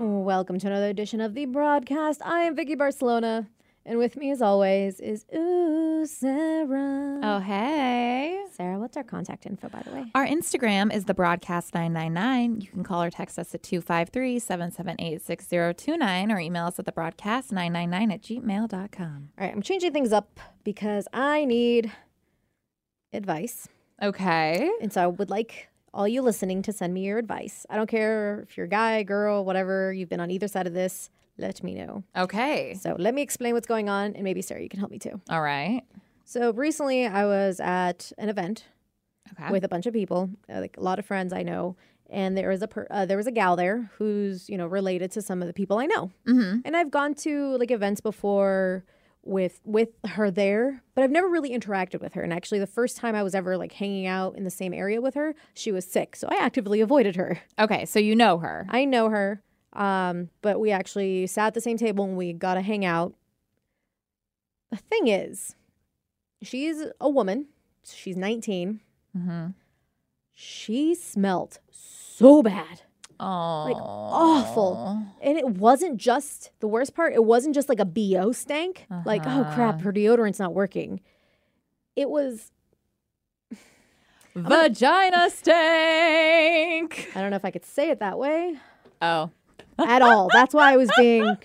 Welcome to another edition of the broadcast. I am Vicky Barcelona, and with me, as always, is Ooh Sarah. Oh, hey. Sarah, what's our contact info, by the way? Our Instagram is the broadcast 999. You can call or text us at 253 778 6029 or email us at the broadcast 999 at gmail.com. All right, I'm changing things up because I need advice, Okay. and so I would like all you listening to send me your advice. I don't care if you're a guy, girl, whatever. You've been on either side of this. Let me know. Okay. So let me explain what's going on, and maybe Sarah, you can help me too. All right. So recently, I was at an event Okay. with a bunch of people, uh, like a lot of friends I know, and there was a per- uh, there was a gal there who's you know related to some of the people I know, mm-hmm. and I've gone to like events before with with her there, but I've never really interacted with her. And actually, the first time I was ever like hanging out in the same area with her, she was sick, so I actively avoided her. Okay. So you know her. I know her, um, but we actually sat at the same table and we got to hang out. The thing is, she's a woman. She's 19. Mm-hmm. She smelled so bad. Oh. awful. And it wasn't just the worst part, it wasn't just like a BO stank, like, oh crap, Uh-huh. her deodorant's not working. It was, Vagina stank. I don't know if I could say it that way Oh. at all. That's why I was being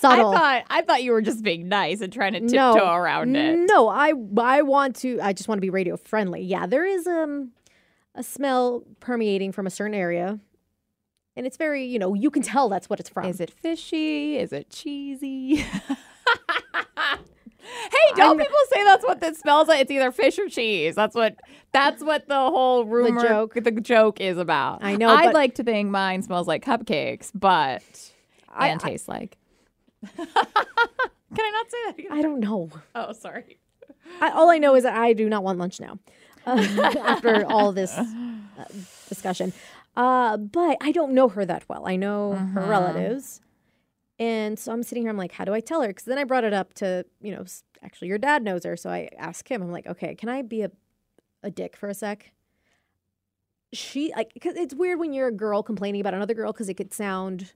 subtle. I thought I thought you were just being nice and trying to tiptoe no, around it. No, I I want to. I just want to be radio friendly. Yeah, there is um a smell permeating from a certain area, and it's very you know you can tell that's what it's from. Is it fishy? Is it cheesy? hey, don't people say that's what this smells like? It's either fish or cheese. That's what that's what the whole rumor joke. the joke is about. I know, I'd but- like to think mine smells like cupcakes, but I- and tastes like. Can I not say that? Again? I don't know. Oh, sorry. I, all I know is that I do not want lunch now uh, after all this uh, discussion. Uh, but I don't know her that well. I know her relatives. And so I'm sitting here, I'm like, how do I tell her? Because then I brought it up to, you know, s- actually your dad knows her. So I ask him, I'm like, okay, can I be a, a dick for a sec? She, like, because it's weird when you're a girl complaining about another girl because it could sound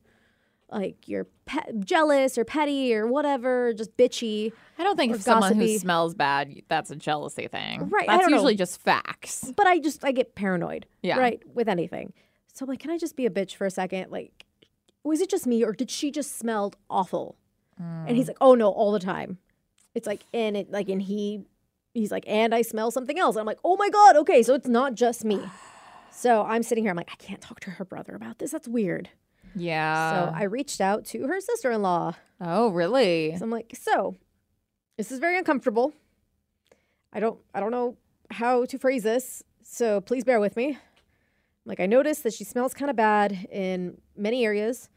like you're pe- jealous or petty or whatever, just bitchy. I don't think Or if someone gossipy. who smells bad, that's a jealousy thing. Right, I That's don't know. usually just facts. but I just I get paranoid. Yeah. Right with anything. So I'm like, can I just be a bitch for a second? Like, was it just me or did she just smelled awful? And he's like, oh no, all the time. It's like and it like and he he's like, and I smell something else. I'm like, oh my god, okay, so it's not just me. So I'm sitting here, I'm like, I can't talk to her brother about this. That's weird. Yeah. so I reached out to her sister-in-law. oh, really? So I'm like, so this is very uncomfortable. I don't I don't know how to phrase this, so please bear with me. Like I noticed that she smells kind of bad in many areas.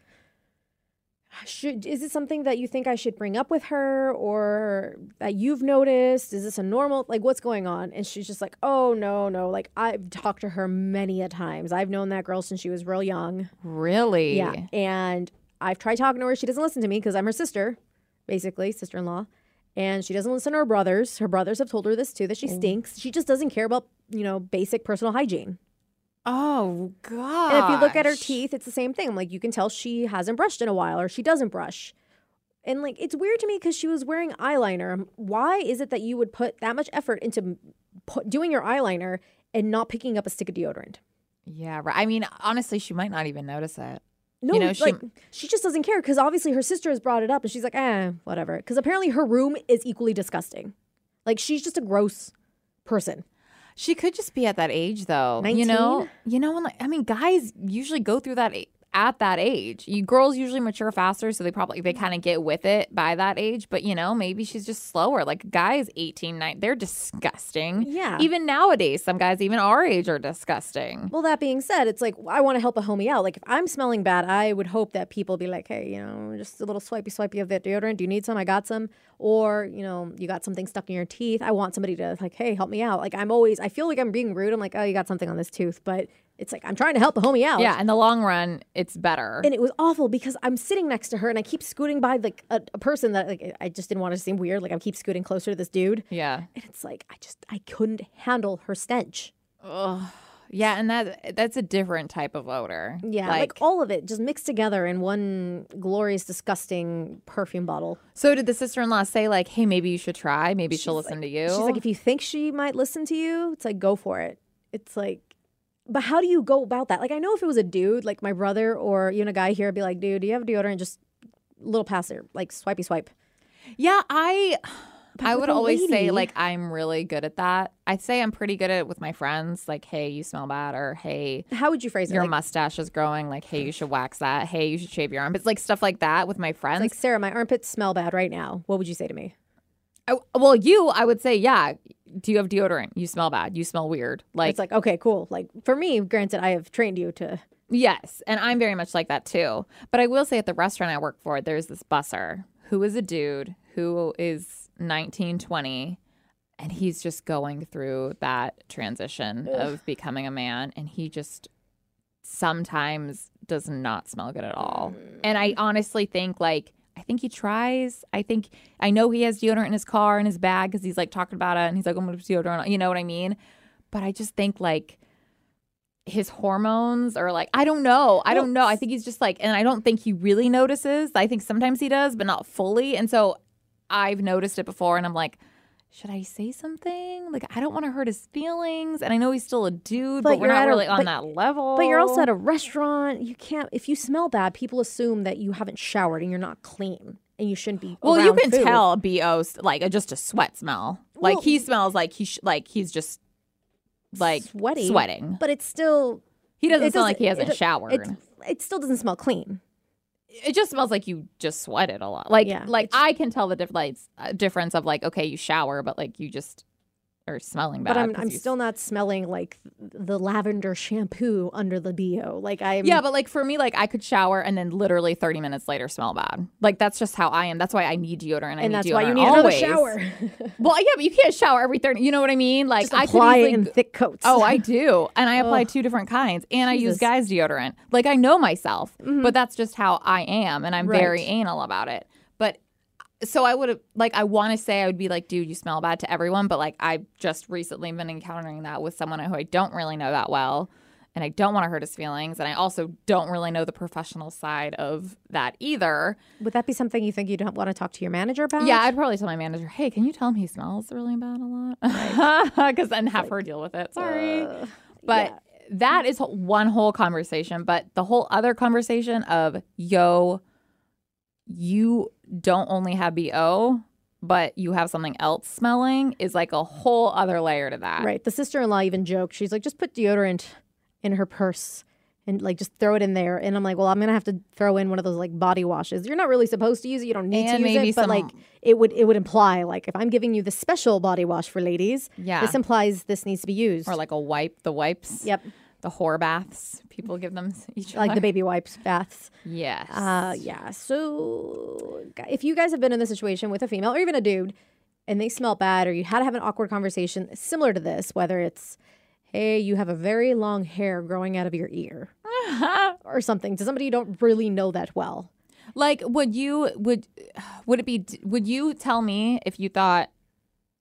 Should is it something that you think I should bring up with her or that you've noticed? Is this a normal like what's going on? And she's just like, "Oh no, no. Like I've talked to her many a times. I've known that girl since she was real young." Really? Yeah. And I've tried talking to her. She doesn't listen to me because I'm her sister, basically, sister in law. And she doesn't listen to her brothers. Her brothers have told her this too that she stinks. She just doesn't care about, you know, basic personal hygiene. Oh god. And if you look at her teeth, it's the same thing. I'm like, you can tell she hasn't brushed in a while or she doesn't brush. And like, it's weird to me because she was wearing eyeliner. Um, Why is it that you would put that much effort into m- put, doing your eyeliner and not picking up a stick of deodorant? Yeah, right. I mean, honestly, she might not even notice it. No, You know, she- like she just doesn't care because obviously her sister has brought it up and she's like, eh, whatever. Because apparently her room is equally disgusting. Like she's just a gross person. She could just be at that age, though. You know, 19? you know, and like, I mean, guys usually go through that a- at that age. You girls usually mature faster, so they probably they kind of get with it by that age. But you know, maybe she's just slower. Like guys, 18, 9, they're disgusting. Yeah. Even nowadays, some guys, even our age, are disgusting. Well, that being said, it's like I want to help a homie out. Like if I'm smelling bad, I would hope that people be like, hey, you know, just a little swipey swipey of that deodorant. Do you need some? I got some. Or you know, you got something stuck in your teeth. I want somebody to like, hey, help me out. Like I'm always, I feel like I'm being rude. I'm like, oh, you got something on this tooth, but it's like I'm trying to help a homie out. Yeah, in the long run, it's better. and it was awful because I'm sitting next to her and I keep scooting by like a, a person that like I just didn't want to seem weird. Like I keep scooting closer to this dude, yeah. and it's like I just I couldn't handle her stench. Ugh. Yeah, and that that's a different type of odor. Yeah, like, all of it just mixed together in one glorious, disgusting perfume bottle. so did the sister in law say like, hey, maybe you should try, maybe she'll listen to you. She's like, if you think she might listen to you, it's like, go for it. It's like, but how do you go about that? Like, I know if it was a dude, like my brother or even a guy here, I'd be like, dude, do you have deodorant? Just little passer, like swipey swipe. yeah, I I with would a always say lady- like I'm really good at that. I say I'm pretty good at it with my friends, like, hey, you smell bad, or hey, How would you phrase it? your Like, mustache is growing, like, hey, you should wax that, hey, you should shave your armpits, like stuff like that with my friends. like, Sarah, my armpits smell bad right now. What would you say to me? I, well, you, I would say, yeah. Do you have deodorant? You smell bad. You smell weird. Like, It's like, okay, cool. Like, for me, granted, I have trained you to. yes. And I'm very much like that too. But I will say at the restaurant I work for, there's this busser who is a dude who is 19, 20, and he's just going through that transition of becoming a man. And he just sometimes does not smell good at all. Mm. And I honestly think like I think he tries. I think I know he has deodorant in his car in his bag because he's like talking about it and he's like I'm gonna put deodorant. on," You know what I mean? But I just think like his hormones or like I don't know. I don't know. I think he's just like and I don't think he really notices. I think sometimes he does, but not fully. And so I've noticed it before and I'm like. Should I say something? Like I don't want to hurt his feelings, and I know he's still a dude, but, But we're you're not at a- really on but- that level. But you're also at a restaurant. You can't. If you smell bad, people assume that you haven't showered and you're not clean, and you shouldn't be. Well, you around can food. tell a bo s- like a, just a sweat smell. Like Well- he smells like he sh- like he's just like Sweaty. Sweating. but it's still He doesn't it smell like he doesn't- hasn't it- showered. it, It, it still doesn't smell clean. just smells like you just sweated a lot. Like Yeah, like I can tell the diff- like, uh, difference of like okay you shower but like you just are smelling bad. But I'm 'cause I'm you- still not smelling like the lavender shampoo under the bo. Like I'm yeah, but like for me, like I could shower and then literally 30 minutes later smell bad. Like that's just how I am. That's why I need deodorant. I and that's deodorant why you need always. another shower. Well, yeah, but you can't shower every 30. You know what I mean? Like Just I could apply it easily in thick coats. Oh, I do. And I apply two different kinds. And I use Jesus. Mm-hmm. guys deodorant. Like I know myself, but that's just how I am. And I'm very Right. anal about it. But uh, so I would have, like, I want to say I would be like, dude, you smell bad to everyone. But like, I've just recently been encountering that with someone who I don't really know that well. And I don't want to hurt his feelings. And I also don't really know the professional side of that either. would that be something you think you don't want to talk to your manager about? Yeah, I'd probably tell my manager, hey, can you tell him he smells really bad a lot? Because then have her deal with it. Sorry. Ugh. Uh, But that is one whole conversation. But the whole other conversation of, yo, you don't only have BO, but you have something else smelling is like a whole other layer to that. right. The sister-in-law even joked. She's like, just put deodorant in her purse. And like just throw it in there, and I'm like, well, I'm gonna have to throw in one of those like body washes. You're not really supposed to use it. You don't need And to use maybe it, but some- like it would it would imply like if I'm giving you the special body wash for ladies, Yeah. this implies this needs to be used. or like a wipe, the wipes. Yep. The whore baths. People give them s- each other. Like the baby wipes, baths. yes. Uh, yeah. So gu- if you guys have been in this situation with a female or even a dude and they smell bad or you had to have an awkward conversation similar to this, whether it's, hey, you have a very long hair growing out of your ear or something to somebody you don't really know that well. Like, would you would would it be? Would you tell me if you thought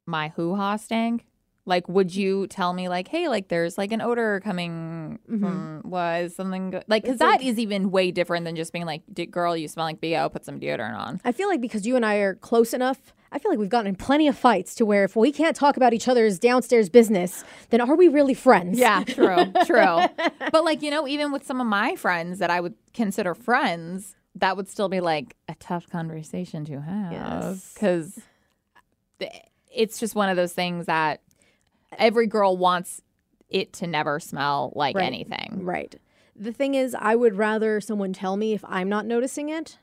my hoo ha stank? Like, would you tell me like, hey, like there's like an odor coming from was something go-? like because that is even way different than just being like, "D- girl, you smell like bo, put some deodorant on. I feel like because you and I are close enough, I feel like we've gotten in plenty of fights to where if we can't talk about each other's downstairs business, then are we really friends? Yeah, true, true. But like you know, even with some of my friends that I would consider friends, that would still be like a tough conversation to have Yes. because it's just one of those things that every girl wants it to never smell like Right. anything. Right. The thing is, I would rather someone tell me if I'm not noticing it,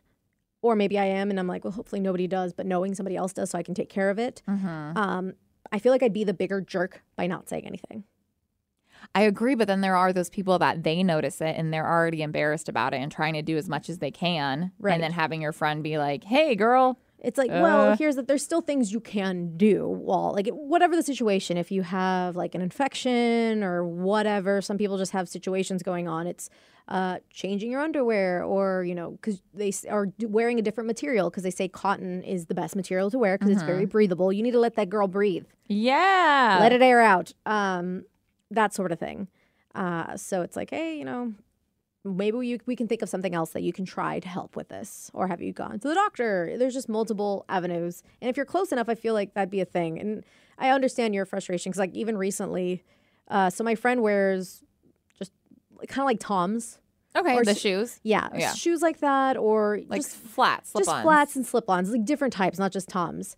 or maybe I am, and I'm like, well, hopefully nobody does, but knowing somebody else does, so I can take care of it. Um, I feel like I'd be the bigger jerk by not saying anything. I agree, but then there are those people that they notice it and they're already embarrassed about it and trying to do as much as they can, Right. and then having your friend be like, "Hey, girl." It's like, well, Uh. here's that there's still things you can do while, like, whatever the situation, if you have like an infection or whatever, some people just have situations going on. It's uh, changing your underwear or, you know, because they s- are d- wearing a different material because they say cotton is the best material to wear because it's very breathable. You need to let that girl breathe, Yeah. let it air out, um, that sort of thing. Uh, so it's like, hey, you know, maybe we, we can think of something else that you can try to help with this. Or have you gone to the doctor? There's just multiple avenues. And if you're close enough, I feel like that'd be a thing. And I understand your frustration because, like, even recently, uh, so my friend wears just kind of like Tom's. Okay, Or the s- shoes, Yeah, Yeah. shoes like that, or like just flat, slip just flats and slip-ons, like different types, not just Toms.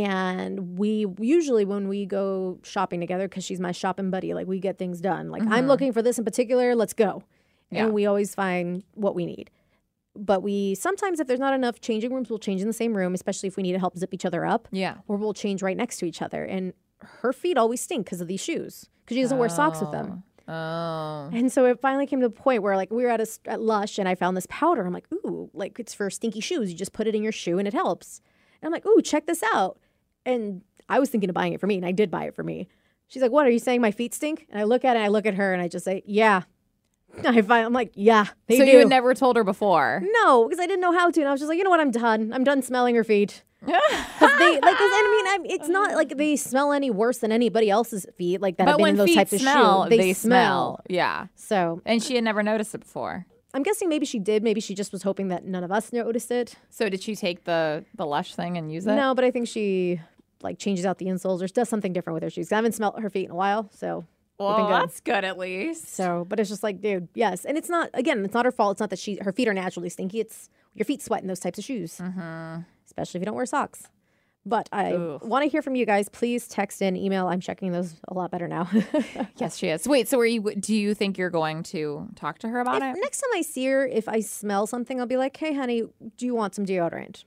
And we usually when we go shopping together, because she's my shopping buddy, like we get things done. Like I'm looking for this in particular, let's go, Yeah. and we always find what we need. But we sometimes, if there's not enough changing rooms, we'll change in the same room, especially if we need to help zip each other up, Yeah. or we'll change right next to each other. And her feet always stink because of these shoes, because she doesn't wear socks with them. Oh. And so it finally came to the point where like we were at a s- at Lush and I found this powder. I'm like, ooh, like it's for stinky shoes. You just put it in your shoe and it helps. And I'm like, ooh, check this out. And I was thinking of buying it for me, and I did buy it for me. She's like, what are you saying? My feet stink? And I look at it, and I look at her, and I just say, yeah. I find, I'm like, yeah, they So do. you had never told her before. no, because I didn't know how to, and I was just like, you know what? I'm done. I'm done smelling her feet. 'Cause they like, 'cause, I mean, I'm, it's not like they smell any worse than anybody else's feet. Like that have But been when in those feet types smell, of shoes, they, smell. Yeah. So And she had never noticed it before. I'm guessing maybe she did. Maybe she just was hoping that none of us noticed it. So did she take the the lush thing and use it? no, but I think she like changes out the insoles or does something different with her shoes. I haven't smelt her feet in a while, so Well, good. that's good at least. so. But it's just like, dude, yes. And it's not again, it's not her fault. It's not that she her feet are naturally stinky. It's your feet sweat in those types of shoes, Mm-hmm. especially if you don't wear socks. But I Ugh. want to hear from you guys. Please text in, email. I'm checking those a lot better now. Yes, she is. Wait, so are you? Do you think you're going to talk to her about If- it? next time I see her, if I smell something, I'll be like, "Hey, honey, do you want some deodorant?"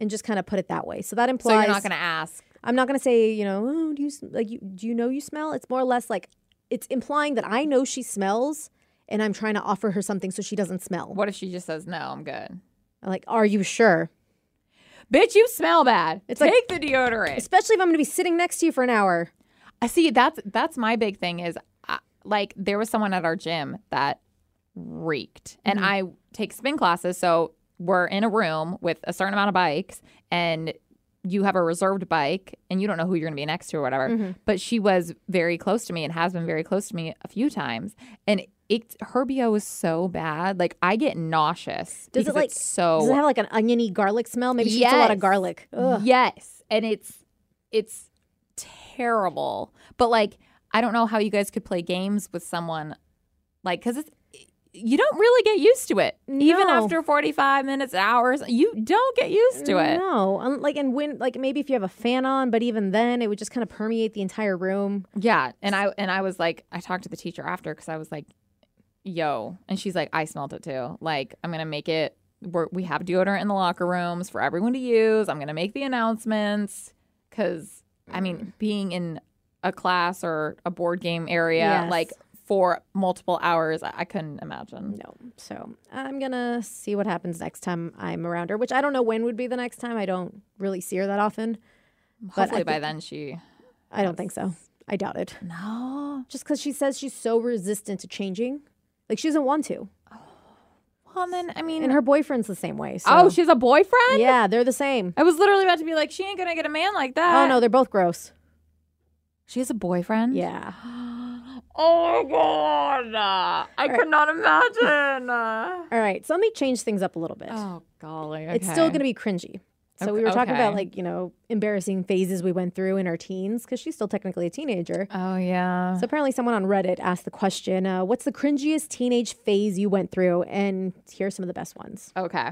And just kind of put it that way. So that So implies you're not going to ask. I'm not gonna say you know oh, do you sm- like you, do you know you smell? It's more or less like it's implying that I know she smells, and I'm trying to offer her something so she doesn't smell. What if she just says no? I'm good. I'm like, are you sure? Bitch, you smell bad. It's like- take the deodorant. Especially if I'm gonna be sitting next to you for an hour. I see. That's that's my big thing is I, like there was someone at our gym that reeked, and Mm-hmm. I take spin classes, so we're in a room with a certain amount of bikes, and you have a reserved bike, and you don't know who you're going to be next to or whatever. Mm. But she was very close to me, and has been very close to me a few times, and. It, her BO is so bad. Like I get nauseous. Does it, because like- it's so Does it have like an oniony garlic smell? Maybe she eats a lot of Oh, Yes. garlic. Ugh. Yes, and it's it's terrible. But like, I don't know how you guys could play games with someone like because it's you don't really get used to it. Even No. after forty five minutes, hours, you don't get used to it. No, un- like and when like maybe if you have a fan on, but even then it would just kind of permeate the entire room. Yeah, and I and I was like, I talked to the teacher after because I was like, "Yo," and she's like, "I smelled it too. Like, I'm gonna make it. We're, we have deodorant in the locker rooms for everyone to use. I'm gonna make the announcements because I mean, being in a class or a board game area Yes. like for multiple hours, I, I couldn't imagine. No. So I'm going to see what happens next time I'm around her, which I don't know when would be the next time. I don't really see her that often. I Hopefully by think- then she I don't think so. I doubt it. no. Just because she says she's so resistant to changing. Like she doesn't want to. Well, then I mean, And her boyfriend's the same way. So. oh, she has a boyfriend. yeah, they're the same. I was literally about to be like, she ain't gonna get a man like that. Oh, no, they're both gross. she has a boyfriend. Yeah. Oh my god! I could not imagine. All right. So let me change things up a little bit. oh golly! It's still going to be cringy. So we Ok- were talking about okay. like, you know, embarrassing phases we went through in our teens because she's still technically a teenager. Oh yeah. So apparently, someone on Reddit asked the question, uh, "What's the cringiest teenage phase you went through?" And here are some of the best ones. okay.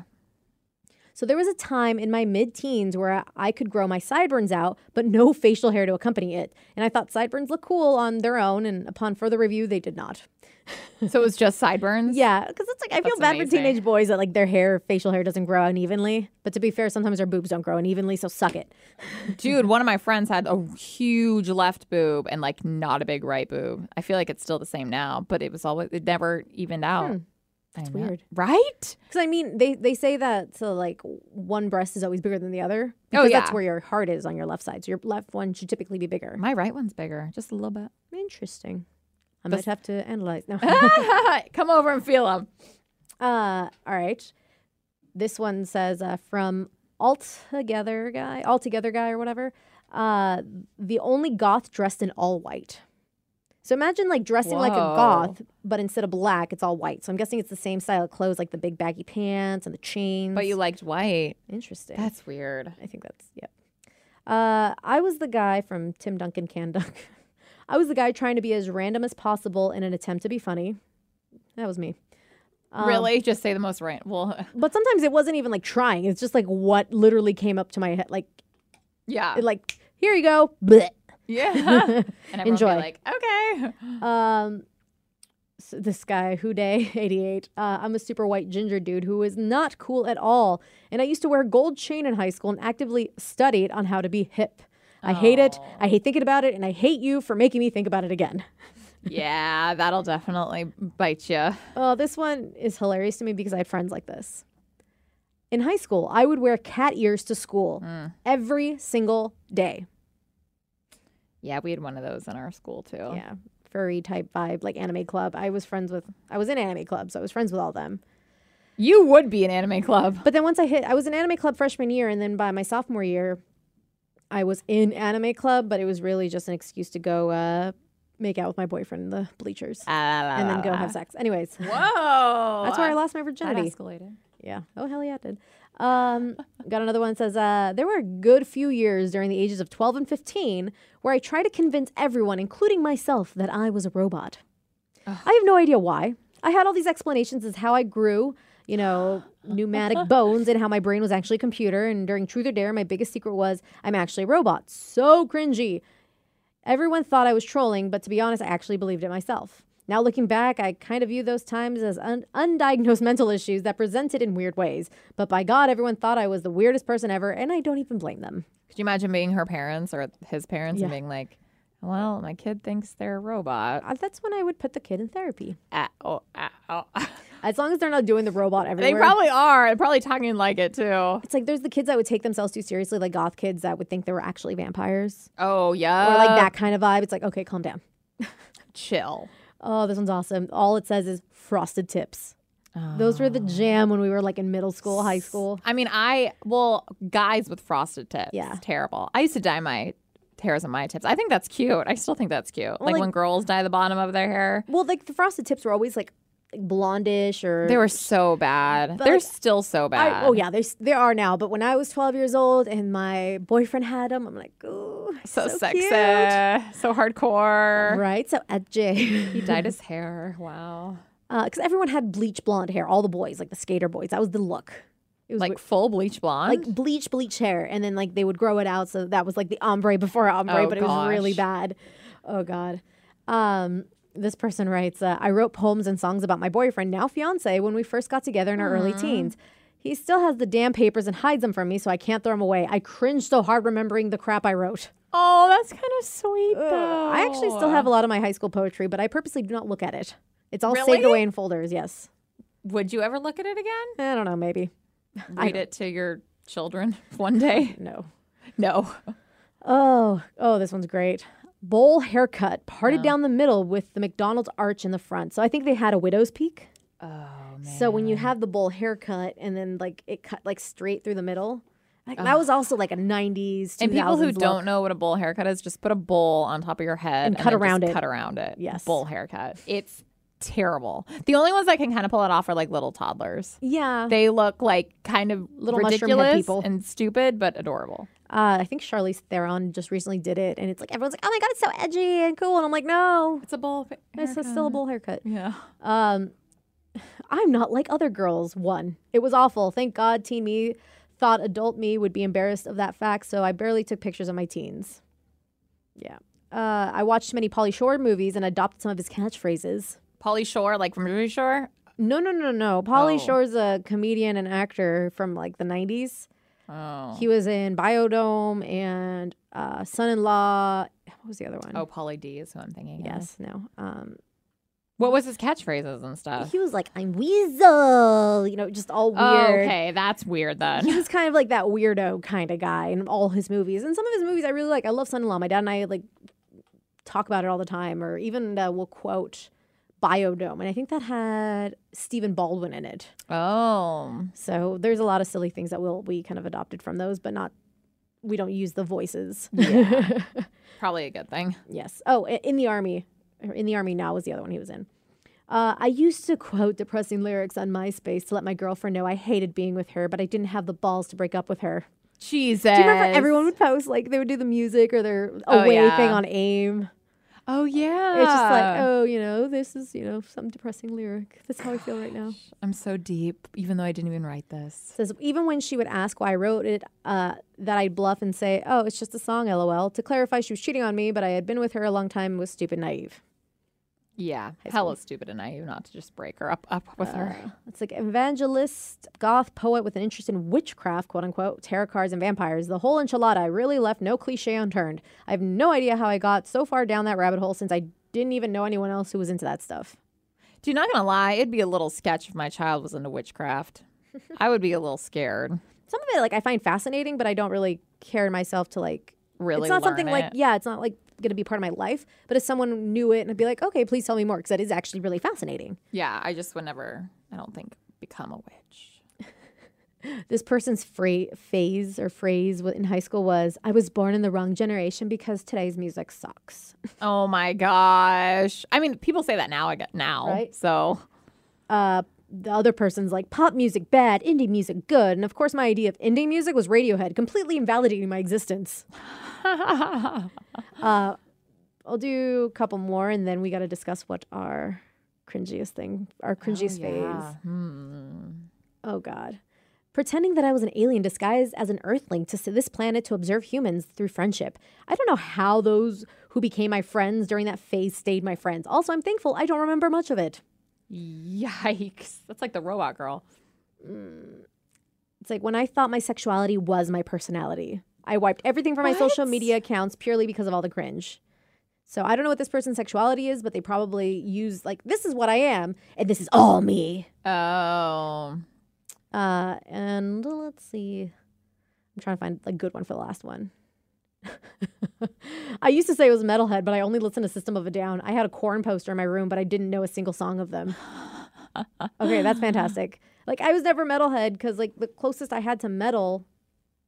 So there was a time in my mid-teens where I- I could grow my sideburns out, but no facial hair to accompany it, and I thought sideburns look cool on their own. And upon further review, they did not. So it was just sideburns. Yeah, because it's like I feel That's bad amazing. for teenage boys that like their hair, facial hair doesn't grow unevenly. But to be fair, sometimes their boobs don't grow unevenly, so suck it. Dude, one of my friends had a huge left boob and like not a big right boob. I feel like it's still the same now, but it was always it never evened out. That's Hmm. weird. right? Because I mean, they they say that so like one breast is always bigger than the other. Oh, Because That's yeah. where your heart is on your left side, so your left one should typically be bigger. My right one's bigger, just a little bit. Interesting. I might have to analyze. No. Come over and feel them. uh, all right. This one says uh, from altogether guy, altogether guy or whatever. Uh, the only goth dressed in all white. So imagine like dressing like a Whoa. goth, but instead of black, it's all white. So I'm guessing it's the same style of clothes, like the big baggy pants and the chains. But you liked white. interesting. That's weird. I think that's yep. Uh, I was the guy from Tim Duncan Can Dunk. I was the guy trying to be as random as possible in an attempt to be funny. That was me. Um, really? Just say the most random. Well, But sometimes it wasn't even like trying. It's just like what literally came up to my head. Like, yeah. it, like here you go. Blech. Yeah. and everyone Enjoy. Be like, okay. Um, so this guy, Houday, 88. Uh, I'm a super white ginger dude who is not cool at all. And I used to wear gold chain in high school and actively studied on how to be hip. I hate it. I hate thinking about it. And I hate you for making me think about it again. yeah, that'll definitely bite you. Oh, this one is hilarious to me because I had friends like this. In high school, I would wear cat ears to school Mm. every single day. Yeah, we had one of those in our school too. Yeah. Furry type vibe, like anime club. I was friends with, I was in anime club, so I was friends with all them. You would be an anime club. But then once I hit, I was in anime club freshman year, and then by my sophomore year, I was in anime club, but it was really just an excuse to go uh, make out with my boyfriend in the bleachers and Ah, then go have sex. Anyways, Whoa. that's where I lost my That virginity. escalated. Yeah. Oh hell yeah, it did. Um, got another one that says uh, there were a good few years during the ages of twelve and fifteen where I tried to convince everyone, including myself, that I was a robot. I have no idea why. I had all these explanations as how I grew, you know, pneumatic bones and how my brain was actually a computer. And during Truth or Dare, my biggest secret was I'm actually a robot. So cringy. Everyone thought I was trolling, but to be honest, I actually believed it myself. Now, looking back, I kind of view those times as un- undiagnosed mental issues that presented in weird ways. But by God, everyone thought I was the weirdest person ever, and I don't even blame them. Could you imagine being her parents or his parents and Yeah. being like, well, my kid thinks they're a robot. Uh, That's when I would put the kid in therapy. Ah, oh, ah, oh. As long as they're not doing the robot everywhere. they probably are. They're probably talking like it too. it's like there's the kids that would take themselves too seriously, like goth kids that would think they were actually vampires Oh, yeah. or like that kind of vibe. It's like, okay, calm down. Chill. Oh, this one's awesome. All it says is frosted tips. Those were the Ah. jam when we were like in middle school, high school. I mean, I well, guys with frosted tips. Yeah. terrible. I used to dye my hairs on my tips. I think that's cute. I still think that's cute. like, like- when girls dye the bottom of their hair, Well, like the frosted tips were always like, like blondish or they were so bad. They're like, still so I- bad. oh yeah, they s- they are now. But when I was 12 years old and my boyfriend had them, I'm like, ooh, so, sexy, cute. so hardcore. right? So edgy, He dyed his hair. Wow, because uh, everyone had bleach blonde hair. All the boys, like the skater boys, that was the look. It was like full bleach blonde. like bleach bleach hair and then like they would grow it out so that was like the ombre before ombre Oh, but it was really gosh. bad oh god um this person writes uh, i wrote poems and songs about my boyfriend now fiance when we first got together in our early teens he still has the damn papers and hides them from me so i can't throw them away i cringe so hard remembering the crap i wrote oh, that's kind of sweet though. i actually Oh. still have a lot of my high school poetry but i purposely do not look at it it's all saved Really? away in folders yes Would you ever look at it again? i don't know maybe Read it to your children one day. no No. Oh, oh, this one's great. Bowl haircut, Oh. parted down the middle with the McDonald's arch in the front. So I think they had a widow's peak. Oh man. So when you have the bowl haircut and then like it cut like straight through the middle, like, that was also like a '90s. And people who 2000s look. don't know what a bowl haircut is, just put a bowl on top of your head And cut then just around it. Cut around it. Yes. Bowl haircut. It's terrible. The only ones that can kind of pull it off are like little toddlers. yeah, They look like kind of Little mushroom head ridiculous people. and stupid, but adorable. uh, I think Charlize Theron just recently did it, and it's like everyone's like, "Oh my god, it's so edgy and cool," and I'm like, "No, It's a bowl. Haircut. it's still a bowl haircut." yeah. Um, I'm not like other girls. One, it was awful. Thank God, teen me thought adult me would be embarrassed of that fact, so I barely took pictures of my teens. Yeah. Uh, I watched many Polly Shore movies and adopted some of his catchphrases. Polly Shore, like from Jersey Shore. No, no, no, no. Polly Oh. Shore's a comedian and actor from like the 90s. Oh. He was in Biodome and uh, Son in Law. What was the other one? Oh, Polly D is who I'm thinking. of. yes, no. Um, What was his catchphrases and stuff? he was like, I'm Weasel, you know, just all weird. Oh, okay, that's weird then. he was kind of like that weirdo kind of guy in all his movies. And some of his movies I really like. I love Son in Law. My dad and I like talk about it all the time, or even uh, we'll quote Biodome. And I think that had Stephen Baldwin in it. Oh. So there's a lot of silly things that we'll, we kind of adopted from those, but not, we don't use the voices. Probably a good thing. yes. Oh, i- in the army. or in the army now was the other one he was in. Uh, I used to quote depressing lyrics on MySpace to let my girlfriend know I hated being with her, but I didn't have the balls to break up with her. Jesus. Do you remember everyone would post like they would do the music or their Oh, away yeah. thing on AIM? Oh yeah. It's just like, oh, you know, this is you know some depressing lyric. That's how I feel right now. I'm so deep, even though I didn't even write this. Says even when she would ask why I wrote it, uh, that I'd bluff and say, "Oh, it's just a song, lol." To clarify, she was cheating on me, but I had been with her a long time and was stupid, naive. Yeah, hella stupid and naive not to just break her up up with her. It's like evangelist, goth poet with an interest in witchcraft, quote unquote, tarot cards and vampires. The whole enchilada. I really left no cliche unturned. I have no idea how I got so far down that rabbit hole since I didn't even know anyone else who was into that stuff. Dude, not gonna lie, it'd be a little sketch if my child was into witchcraft. I would be a little scared. Some of it, like, I find fascinating, but I don't really care myself to like. Really, it's not learn something like it. yeah, it's not like going to be part of my life. But if someone knew it and I'd be like, okay, please tell me more because that is actually really fascinating. yeah. I just would never. I don't think become a witch. This person's phra- phase or phrase wa- in high school was, "I was born in the wrong generation because today's music sucks." Oh my gosh! I mean, people say that now. I get now. Right. So uh, the other person's like pop music bad, indie music good, and of course my idea of indie music was Radiohead, completely invalidating my existence. Uh, I'll do a couple more, and then we got to discuss what our cringiest thing, our cringiest phase. Hmm. Oh God, pretending that I was an alien disguised as an Earthling to s- this planet to observe humans through friendship. I don't know how those who became my friends during that phase stayed my friends. Also, I'm thankful I don't remember much of it. Yikes! That's like the robot girl. It's like when I thought my sexuality was my personality. I wiped everything from my social What? media accounts purely because of all the cringe. So I don't know what this person's sexuality is, but they probably use like this is what I am and this is all me. Oh, Uh, and let's see. I'm trying to find a good one for the last one. I used to say it was metalhead, but I only listened to System of a Down. I had a corn poster in my room, but I didn't know a single song of them. okay, that's fantastic. Like I was never metalhead because like the closest I had to metal,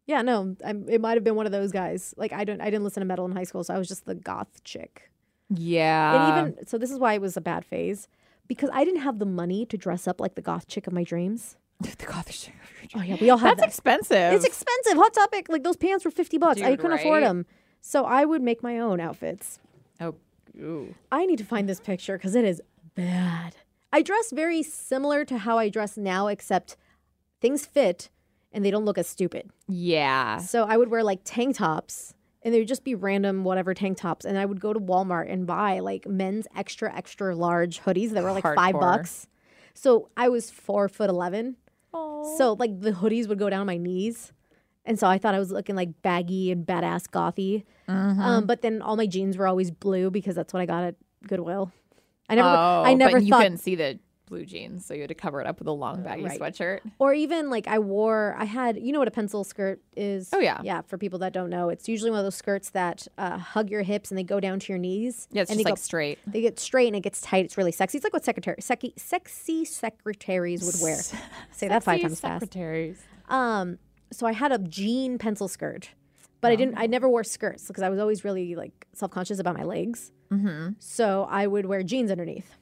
yeah, no, I'm, it might have been one of those guys. Like I don't, I didn't listen to metal in high school, so I was just the goth chick. yeah. And even so, this is why it was a bad phase because I didn't have the money to dress up like the goth chick of my dreams. the goth shit. Oh yeah, we all have That's that. expensive. It's expensive. Hot Topic, like those pants were 50 bucks. I Dude, couldn't afford right? them. So I would make my own outfits. oh, ooh. I need to find this picture because it is bad. I dress very similar to how I dress now, except things fit and they don't look as stupid. yeah. So I would wear like tank tops and they would just be random, whatever tank tops. And I would go to Walmart and buy like men's extra, extra large hoodies that were like five Hardcore. bucks. So I was four foot 11. Oh. So like the hoodies would go down my knees, and so I thought I was looking like baggy and badass gothy. Mm-hmm. Um, but then all my jeans were always blue because that's what I got at Goodwill. I never, I never Oh, but you thought, couldn't see the blue jeans, so you had to cover it up with a long baggy right. sweatshirt. or even like I wore, I had, you know what a pencil skirt is? Oh, yeah. yeah. For people that don't know, it's usually one of those skirts that uh, hug your hips and they go down to your knees. Yeah, it's and just they like go, straight. they get straight and it gets tight. It's really sexy. It's like what secretary, sexy, sexy secretaries would wear. Say that five See, times fast. secretaries. Um, so I had a jean pencil skirt, but Oh. I didn't. I never wore skirts because I was always really like self conscious about my legs. Mm-hmm. So I would wear jeans underneath.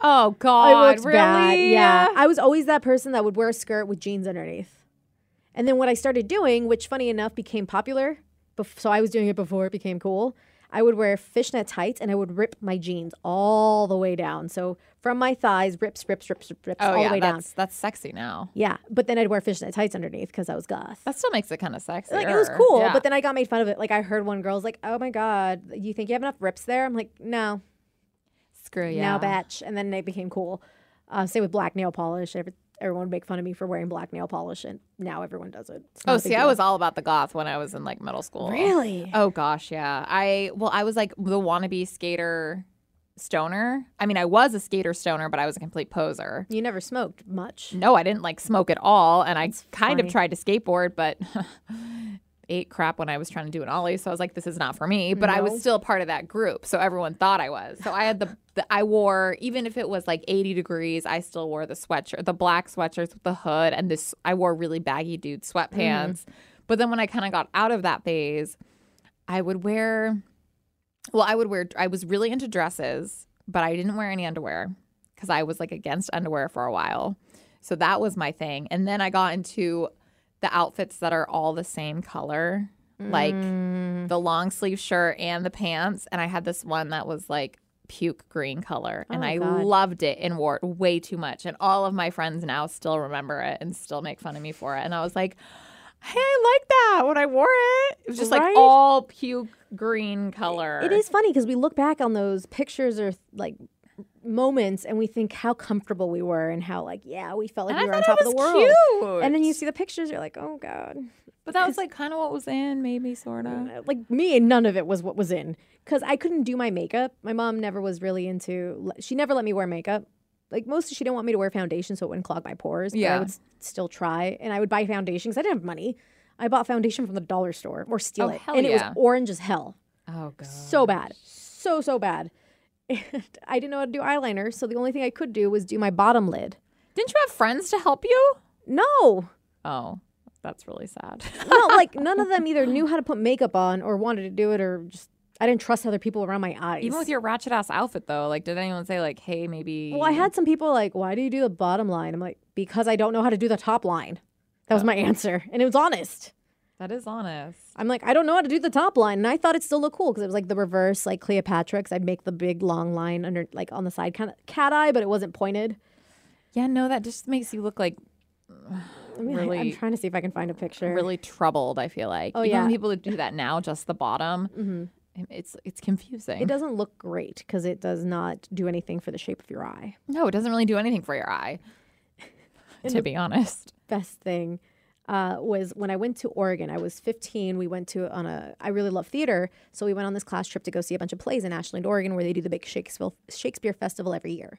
Oh I God, looked really? bad. Yeah, I was always that person that would wear a skirt with jeans underneath. And then what I started doing, which funny enough became popular, bef- so I was doing it before it became cool. I would wear fishnet tights and I would rip my jeans all the way down. So from my thighs, rips, rips, rips, rips, rips Oh all yeah, the way down. that's that's sexy now. Yeah, but then I'd wear fishnet tights underneath because I was goth. That still makes it kind of sexy. like it was cool, but then I got made fun of it. Like I heard one girl's like, "Oh my god, you think you have enough rips there?" I'm like, "No, screw yeah. no, batch." And then it became cool. Uh, same with black nail polish. Every, everyone would make fun of me for wearing black nail polish, and now everyone does it. It's not Oh, a big see, I deal. was all about the goth when I was in like middle school. really. Oh gosh, yeah. I well, I was like the wannabe skater stoner. I mean, I was a skater stoner, but I was a complete poser. You never smoked much. No, I didn't like smoke at all, and I kind funny. of tried to skateboard, but ate crap when I was trying to do an ollie. So I was like, this is not for me. But I No. was still part of that group, so everyone thought I was. So I had the, the I wore even if it was like 80 degrees, I still wore the sweatshirt, the black sweatshirts with the hood, and this I wore really baggy dude Mm. sweatpants. But then when I kind of got out of that phase, I would wear Well, I would wear. I was really into dresses, but I didn't wear any underwear because I was like against underwear for a while. So that was my thing. And then I got into the outfits that are all the same color, like Mm. the long sleeve shirt and the pants. And I had this one that was like puke green color, and Oh, I God. loved it and wore it way too much. And all of my friends now still remember it and still make fun of me for it. And I was like. Hey, I like that when I wore it. It was just Right? like all puke green color. It is funny because we look back on those pictures or like moments and we think how comfortable we were and how like yeah we felt like we were on top of the world. Cute. And then you see the pictures, you're like, oh god. but that was like kind of what was in, maybe sort of. Uh, Like me, none of it was what was in because I couldn't do my makeup. My mom never was really into. She never let me wear makeup. Like mostly, she didn't want me to wear foundation so it wouldn't clog my pores. but I Yeah. would s- still try, and I would buy foundation because I didn't have money. I bought foundation from the dollar store or steal Oh, it, hell and it was yeah. orange as hell. Oh god. so bad, so so bad. And I didn't know how to do eyeliner, so the only thing I could do was do my bottom lid. Didn't you have friends to help you? No, Oh, that's really sad. no, like none of them either knew how to put makeup on or wanted to do it, or just I didn't trust other people around my eyes. Even with your ratchet ass outfit though, like did anyone say like, "Hey, maybe well, I had some people like, why do you do the bottom line? I'm like, because I don't know how to do the top line. That was my answer, and it was honest. That is honest. I'm like, I don't know how to do the top line, and I thought it still looked cool because it was like the reverse, like Cleopatra, because I'd make the big long line under, like on the side, kind of cat eye, but it wasn't pointed. Yeah, no, that just makes you look like I mean, I, am Really- trying to see if I can find a picture. really troubled, I feel like. Oh, Even yeah. when people do that now, just the bottom. Mhm. It's it's confusing. It doesn't look great because it does not do anything for the shape of your eye. no, it doesn't really do anything for your eye. to be honest. best thing uh, was when I went to Oregon. I was 15. We went to on a. I really love theater, so we went on this class trip to go see a bunch of plays in Ashland, Oregon, where they do the big Shakespeare Shakespeare Festival every year.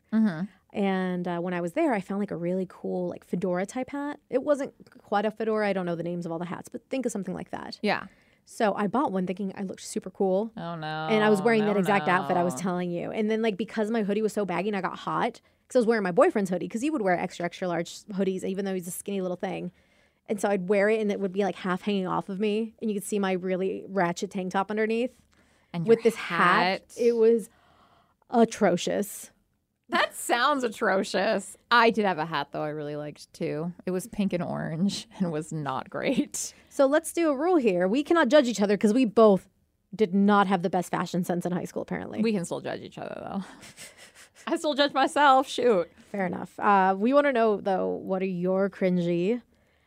And uh, when I was there, I found like a really cool like fedora type hat. It wasn't quite a fedora. I don't know the names of all the hats, but think of something like that. Yeah. So I bought one thinking I looked super cool. Oh no. And I was wearing that no, exact outfit I was no. telling you. And then, like, because my hoodie was so baggy and I got hot, because I was wearing my boyfriend's hoodie, because he would wear extra, extra large hoodies, even though he's a skinny little thing. And so I'd wear it and it would be like half hanging off of me. And you could see my really ratchet tank top underneath And with your this hat. It was atrocious. That sounds atrocious. I did have a hat though I really liked too. It was pink and orange and was not great. So let's do a rule here. We cannot judge each other because we both did not have the best fashion sense in high school, apparently. We can still judge each other though. I still judge myself. Shoot. Fair enough. Uh, we want to know though, what are your cringy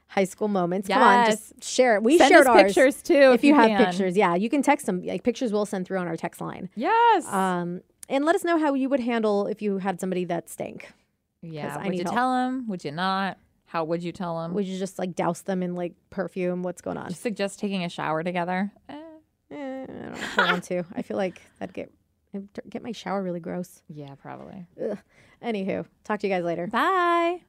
high school moments? Come on, just share it. We Send shared us ours. pictures too if, you, have can. pictures. Yeah, you can text them. Like pictures, we'll send through on our text line. Yes. Um, and let us know how you would handle if you had somebody that stank. yeah. 'cause I would need you help. tell him? Would you not? How would you tell him? Would you just like douse them in like perfume? What's going on? Would you suggest taking a shower together? Eh, Eh, I don't know if I want to. I feel like that'd get it'd get my shower really gross. yeah, probably. Anywho, talk to you guys later. Bye.